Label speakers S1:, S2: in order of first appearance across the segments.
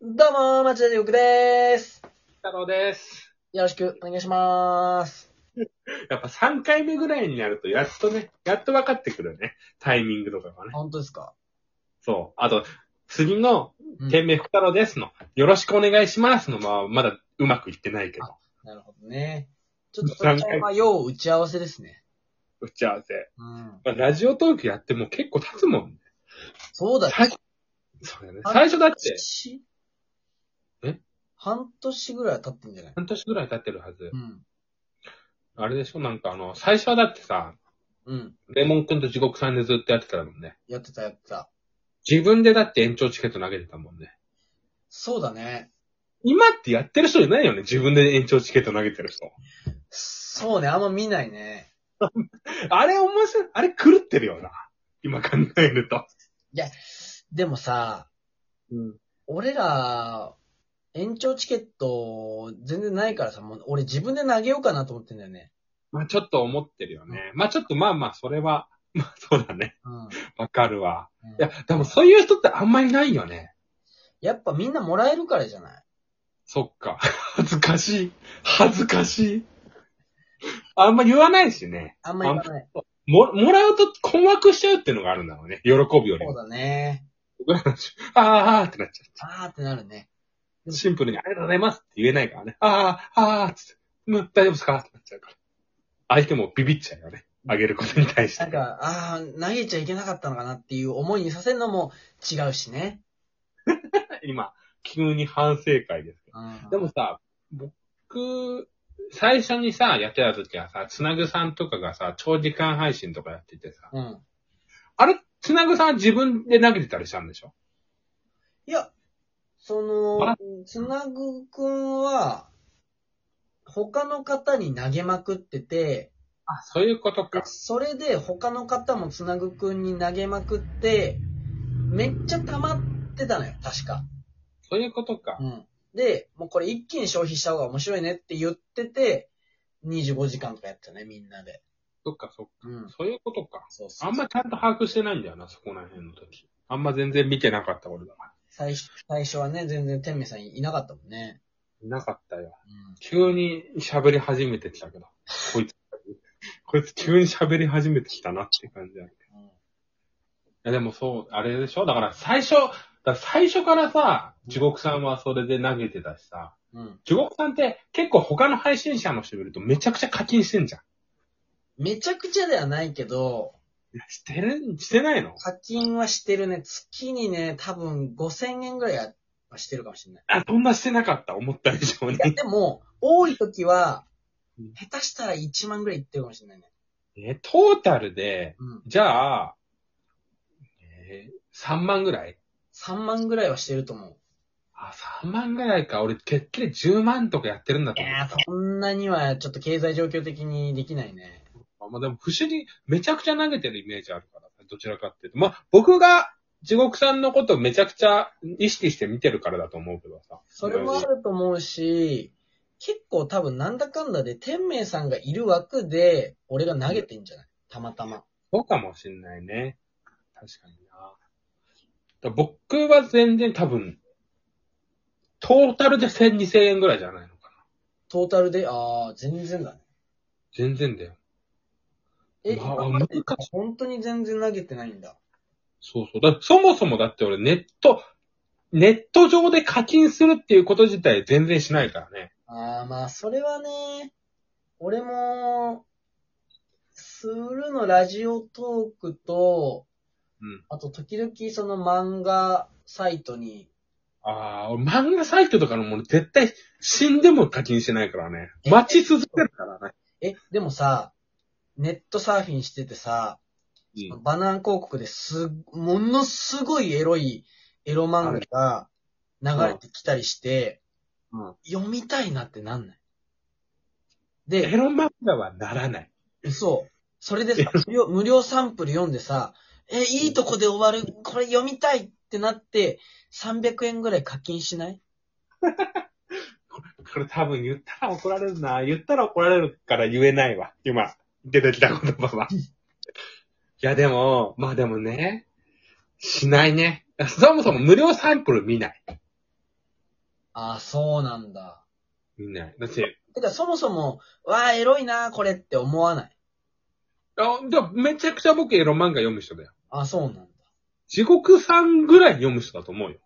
S1: どうもー、町田でよくでーす。
S2: 太郎です。
S1: よろしくお願いしまーす。
S2: やっぱ3回目ぐらいになると、やっとね、やっと分かってくるね。タイミングとかがね。
S1: 本当ですか
S2: そう。あと、次の
S1: うん、
S2: 店名福太郎ですの、よろしくお願いしますの、まあ、まだうまくいってないけど。
S1: なるほどね。ちょっとそれ
S2: 三
S1: は、
S2: 回
S1: まあ、要打ち合わせですね。
S2: 打ち合わせ。
S1: うん。
S2: まあ、ラジオトークやっても結構経つもんね。
S1: そうだよ。
S2: 最そうだね。最初だって、
S1: 年
S2: え
S1: 半年ぐらいは経ってんじゃない
S2: 半年ぐらい経ってるはず
S1: う。ん。
S2: あれでしょなんかあの、最初はだってさ、
S1: うん。
S2: レモンくんと地獄さんでずっとやってたもんね。
S1: やってた、やってた。
S2: 自分でだって延長チケット投げてたもんね。
S1: そうだね。
S2: 今ってやってる人いないよね。自分で延長チケット投げてる人。
S1: そうね、あんま見ないね。
S2: あれ面白い。あれ狂ってるよな。今考えると。
S1: でもさ、
S2: うん。
S1: 俺ら、延長チケット、全然ないからさ、もう俺自分で投げようかなと思ってんだよね。
S2: まあちょっと思ってるよね。まあちょっとまあまあ、それは、まあそうだね。
S1: うん。
S2: わかるわ。
S1: うん
S2: いや、でもそういう人ってあんまりないよね。
S1: やっぱみんなもらえるからじゃない
S2: そっか。恥ずかしい。恥ずかしい。あんま言わないしね。
S1: あんま言わない。
S2: も、もらうと困惑しちゃうっていうのがあるんだろうね。喜びより
S1: そう
S2: も。
S1: だね。
S2: ああ、あーってなっちゃ
S1: あーってなるね。
S2: う。シンプルにありがとうございますって言えないからね。ああ、ああ、つって。うん大丈夫ですかってなっちゃうから。相手もビビっちゃうよね。あげることに対して。
S1: なんか、あー、投げちゃいけなかったのかなっていう思いにさせるのも違うしね。
S2: 今、急に反省会ですけ
S1: うん。
S2: ど。でもさ、僕、最初にさ、やってた時はさ、つなぐさんとかがさ、長時間配信とかやっててさ、
S1: うん。
S2: あれ、つなぐさんは自分で投げてたりしたんでしょ
S1: いや、そ
S2: あ
S1: の
S2: ら、
S1: つなぐくんは、他の方に投げまくってて、
S2: あ、そういうこと
S1: で
S2: か。
S1: それで他の方もつなぐくんに投げまくって、めっちゃ溜まってたのよ、確か。
S2: そういうことか。
S1: うん。で、もうこれ一気に消費した方が面白いねって言ってて、25時間とかやってたね、みんなで。
S2: そっか、そっか。
S1: うん。
S2: そういうことか。
S1: そうそう
S2: あんまちゃんと把握してないんだよな、そこら辺の時。あんま全然見てなかった俺だから。
S1: 最初、最初はね、全然天明さんいなかったもんね。
S2: いなかったよ。
S1: うん。
S2: 急に喋り始めてきたけど。こいつ、こいつ急に喋り始めてきたなって感じだ
S1: うん
S2: いやでもそう、あれでしょだから最初、だから最初からさ、地獄さんはそれで投げてたしさ、
S1: うん。
S2: 地獄さんって結構他の配信者の人見るとめちゃくちゃ課金してんじゃん。
S1: めちゃくちゃではないけど、
S2: いやしてる、してないの
S1: 課金はしてるね。月にね、多分5000円ぐらいはしてるかもしれない。
S2: あ、そんなしてなかった、思った以上 に
S1: い。や、でも、多い時は
S2: うん、
S1: 下手したら1万ぐらいいってるかもしれないね。
S2: え、トータルで、
S1: うん。
S2: じゃあ、えー3万ぐらい
S1: 3万ぐらいはしてると思
S2: あ、3万ぐらいか。俺、てっきり10万とかやってるんだ
S1: う。
S2: と
S1: い
S2: 思
S1: や
S2: っ
S1: ー、そんなにはちょっと経済状況的にできないね。
S2: た。まあでも、不思議、めちゃくちゃ投げてるイメージあるから、どちらかっていうと。まあ、僕が地獄さんのことをめちゃくちゃ意識して見てるからだと思うけどさ。
S1: それもあると思うし、結構多分なんだかんだで、天明さんがいる枠で、俺が投げてんじゃないたまたま。
S2: そうかもしんないね。確かにな。だ僕は全然多分、トータルで1000、2000円ぐらいじゃないのかな。
S1: トータルで、あー、全然だね。
S2: 全然だよ。
S1: え、
S2: まあ
S1: 今まで
S2: 難し
S1: 本当に全然投げてないんだ。
S2: そうそう。だそもそもだって俺ネット、ネット上で課金するっていうこと自体全然しないからね。
S1: あー、まあ、それはね、俺も、するのラジオトークと、
S2: うん。
S1: あと時々その漫画サイトに、
S2: ああ、俺漫画サイトとかのもの絶対死んでも課金しないからね。待ち続けるからね。
S1: え、でもさ、ネットサーフィンしててさ、
S2: うん。
S1: バナー広告です、ものすごいエロいエロ漫画が流れてきたりして、
S2: うん、
S1: 読みたいなってなんない。
S2: エ
S1: で、
S2: ロ漫画はならない。
S1: そう。それでさ、無料無料サンプル読んでさ、え、いいとこで終わる、これ読みたいってなって、300円ぐらい課金しない
S2: これ多分言ったら怒られるな。言ったら怒られるから言えないわ。今、出てきた言葉は。いやでも、まあでもね、しないね。そもそも無料サンプル見ない。
S1: あ、そうなんだ。
S2: みんな。だって、
S1: てか、そもそも、わあ、エロいな、これって思わない。
S2: あ、でもめちゃくちゃ僕エロ漫画読む人だよ。
S1: あ、そうなんだ。
S2: 地獄さんぐらい読む人だと思うよ。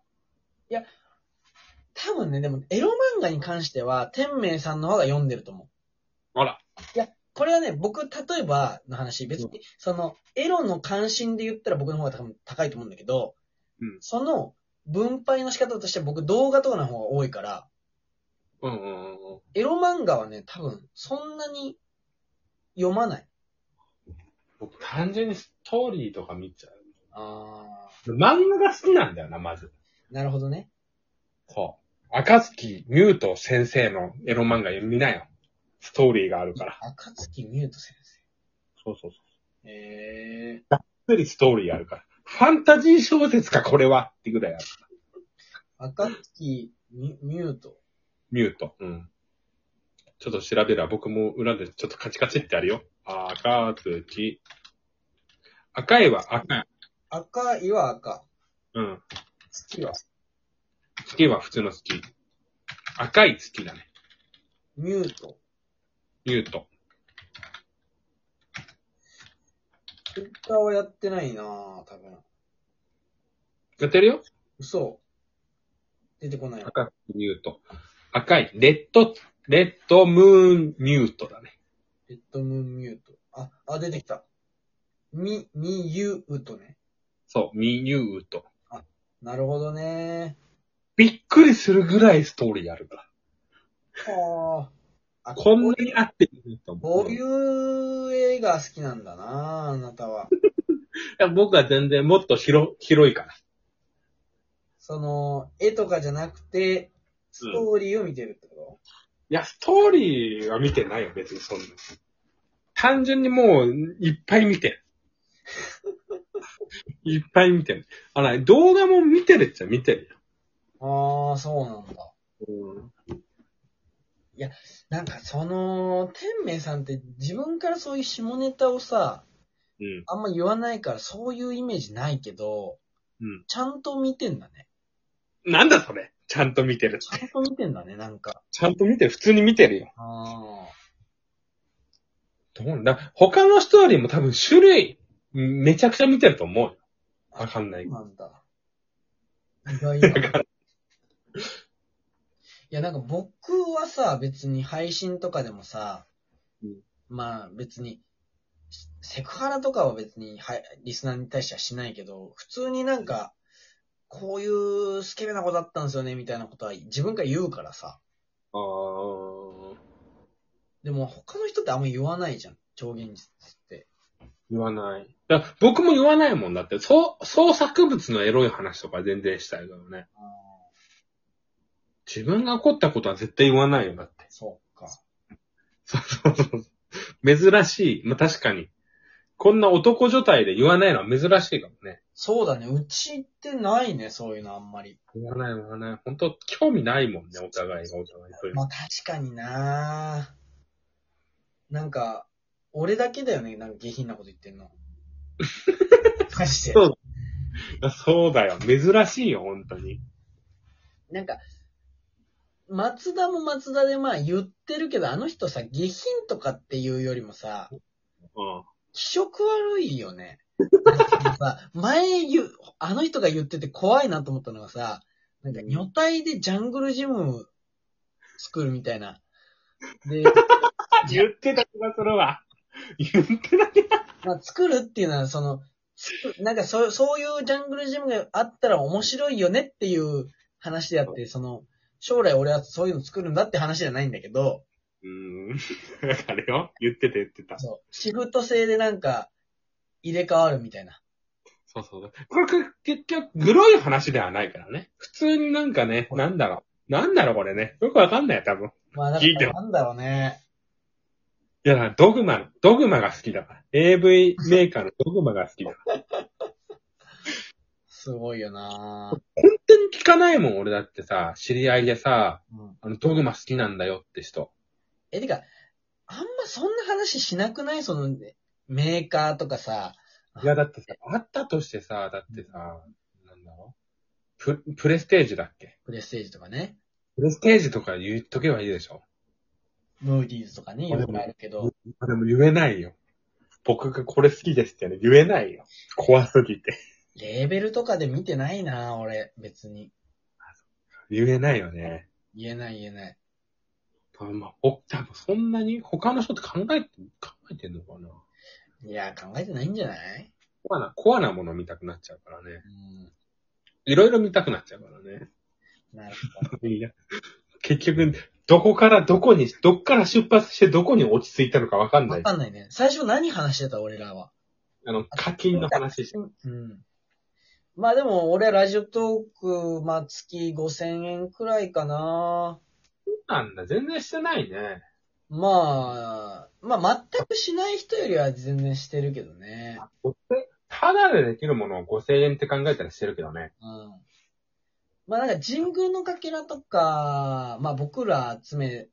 S1: 多分ね、でも、エロ漫画に関しては、天明さんの方が読んでると思う。
S2: あら。
S1: これはね、僕、例えばの話、別に、その、エロの関心で言ったら僕の方が多分高いと思うんだけど、
S2: うん
S1: その、分配の仕方として僕、動画とかの方が多いから、
S2: うんうんうんうん。
S1: エロ漫画はね、多分、そんなに読まない。
S2: 僕単純にストーリーとか見ちゃ
S1: あ
S2: う。漫画が好きなんだよな、まず。
S1: ー、なるほどね。
S2: そう。赤月ミュート先生のエロ漫画読みなよ。ストーリーがあるから。
S1: 赤月ミュート先
S2: そうそうそう。
S1: 生。えー、
S2: ゆっくりストーリーがあるから。ファンタジー小説か、これはってぐらいある。
S1: 赤月ミュミュート。
S2: ミュート。うん。ちょっと調べるわ。僕も裏でちょっとカチカチってあるよ。赤月。赤いは赤い。
S1: 赤いは赤。
S2: うん。
S1: 月は
S2: 月は普通の月。赤い月だね。
S1: ミュート。
S2: ミュート。
S1: ツイッターはやってないなぁ、多分。
S2: やってるよ
S1: 嘘。出てこない。
S2: 赤月ミュート。赤い。レッド、レッドムーンミュートだね。
S1: レッドムーンミュート。あ、あ、出てきた。み、みゆうとね。
S2: そう、ミュート。
S1: なるほどね。
S2: びっくりするぐらいストーリーあるから。
S1: はあ。あ、
S2: こん
S1: う
S2: なにあっていいと思
S1: こう
S2: う。い
S1: いう映画好きなんだなぁ、あなたは。
S2: や僕は全然もっと広、広いから。
S1: その、絵とかじゃなくて、ストーリーを見てるってこ
S2: いや、ストーリーは見てないよ、別にそんな。単純にもう、いっぱい見てる。 いっぱい見てる。あら、動画も見てるっちゃ見てる
S1: と、ああ、そうなんだ。
S2: よ。
S1: なんかその、天明さんって自分からそういう下ネタをさ、
S2: うん。
S1: あんま言わないからそういうイメージないけど、
S2: うん
S1: ちゃんと見てんだね。
S2: なんだそれちゃんと見てる。
S1: ちゃんと見てんだね、なんか。
S2: ちゃんと見てる。普通に見てるよ。
S1: ああ。
S2: どうなんだ他のストーリーも多分種類、めちゃくちゃ見てると思うよ。わかんない
S1: そうなんだ。意外だ。 いや、なんか僕はさ、別に配信とかでもさ、
S2: うん
S1: まあ別に、セクハラとかは別に、はい、リスナーに対してはしないけど、普通になんか、こういうスケベな子だったんですよね、みたいなことは自分から言うからさ。
S2: あー、
S1: でも他の人ってあんま言わないじゃん、超現実って。
S2: 言わない。いや、僕も言わないもんだって、そう、創作物のエロい話とか全然したいからね。自分が怒ったことは絶対言わないよ、だって。
S1: そうか。
S2: そうそうそうそう。珍しい。まあ、確かに。こんな男女体で言わないのは珍しいかもね。
S1: そうだね、うちってないね、そういうのあんまり。
S2: 言わない、言わない。本当興味ないもんね、お互いが、お互いそういう
S1: ま
S2: の。
S1: あ確かにななんか、俺だけだよね、なんか下品なこと言ってん の。マジで
S2: そう。いやそうだよ。珍しいよ、本当に。
S1: なんか、松田も松田でまあ言ってるけど、あの人さ、下品とかっていうよりもさ、
S2: うん。
S1: 気色悪いよね。なんかさ前言う、あの人が言ってて怖いなと思ったのがさ、なんか女体でジャングルジム作るみたいな。で、
S2: 言ってた気がするわ。言ってた気が
S1: まあ、作るっていうのは、その、作なんかそう、そういうジャングルジムがあったら面白いよねっていう話であって、その、将来俺はそういうの作るんだって話じゃないんだけど、
S2: うーん。わかるよ。言ってた、言ってた。
S1: そう、シフト制でなんか、入れ替わるみたいな。
S2: そうそう。これ結局、グロい話ではないからね。普通になんかね、なんだろう。なんだろう、これね。よくわかんないよ、多分。
S1: まあ、だか
S2: 聞いて
S1: ら
S2: も
S1: なんだろうね。
S2: いや、だからドグマの、ドグマが好きだから。AV メーカーのドグマが好きだから。
S1: すごいよな
S2: 本当に聞かないもん、俺だってさ、知り合いでさ、
S1: うん。
S2: あの、ドグマ好きなんだよって人。
S1: え、てか、あんまそんな話しなくないその、メーカーとかさ。
S2: いや、だってさ、あったとしてさ、だってさ、なんだろうプ、プレステージだっけ
S1: プレステージとかね。
S2: フルステージとか言っとけばいいでしょ。
S1: ムーディーズとかね、
S2: まあ
S1: よくあるけど。
S2: あでも言えないよ。僕がこれ好きですってね、言えないよ。怖すぎて。
S1: レーベルとかで見てないな、俺、別に。
S2: 言えないよね。
S1: 言えない言えない。
S2: まあ、お多分そんなに他の人って考えて、考えてんのかない
S1: や、考えてないんじゃない
S2: コアな、コアなもの見たくなっちゃうからね。
S1: うん。
S2: いろいろ見たくなっちゃうからね。
S1: なるほど。
S2: いや、結局、どこからどこに、どっから出発してどこに落ち着いたのかわ かんな
S1: わ
S2: い。
S1: かんないね。最初何話してた、俺らは。
S2: あの、課金の話して。
S1: うん。まあでも、俺、ラジオトーク、まあ月5000円くらいかな。
S2: なんだ、全然してないね。
S1: まあ、まあ全くしない人よりは全然してるけどね。
S2: ただでできるものを5000円って考えたらしてるけどね。
S1: うん。まあなんか、神宮のかけらとか、まあ僕ら集め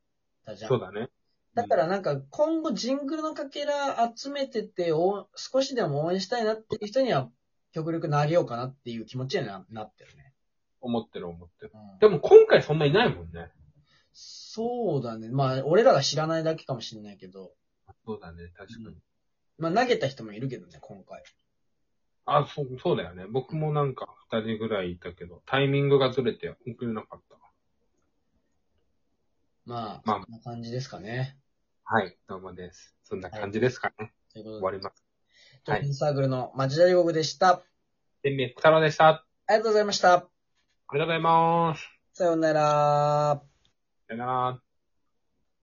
S1: たじゃん。
S2: そうだね。
S1: だからなんか今後ジングルのかけら集めててお少しでも応援したいなっていう人には極力投げようかなっていう気持ちにはななってるね。
S2: 思ってる思ってる。
S1: うん
S2: でも今回そんないないもんね。
S1: そうだね。まあ俺らが知らないだけかもしれないけど、
S2: そうだね、確かに。
S1: まあ投げた人もいるけどね、今回。
S2: あ、そう、そうだよね。僕もなんか二人ぐらいいたけど、タイミングがずれて送れなかった。
S1: まあ、
S2: まあ
S1: こんな感じですかね。
S2: はい、どうもです。そんな感じですかね。
S1: というこ
S2: 終
S1: と
S2: わ
S1: で、
S2: ります。
S1: トークンサークルの町田両国でした。
S2: 天命、くたらでした。あ
S1: ありがとうございました。
S2: りがとうございます。
S1: さようなら。
S2: さよなら。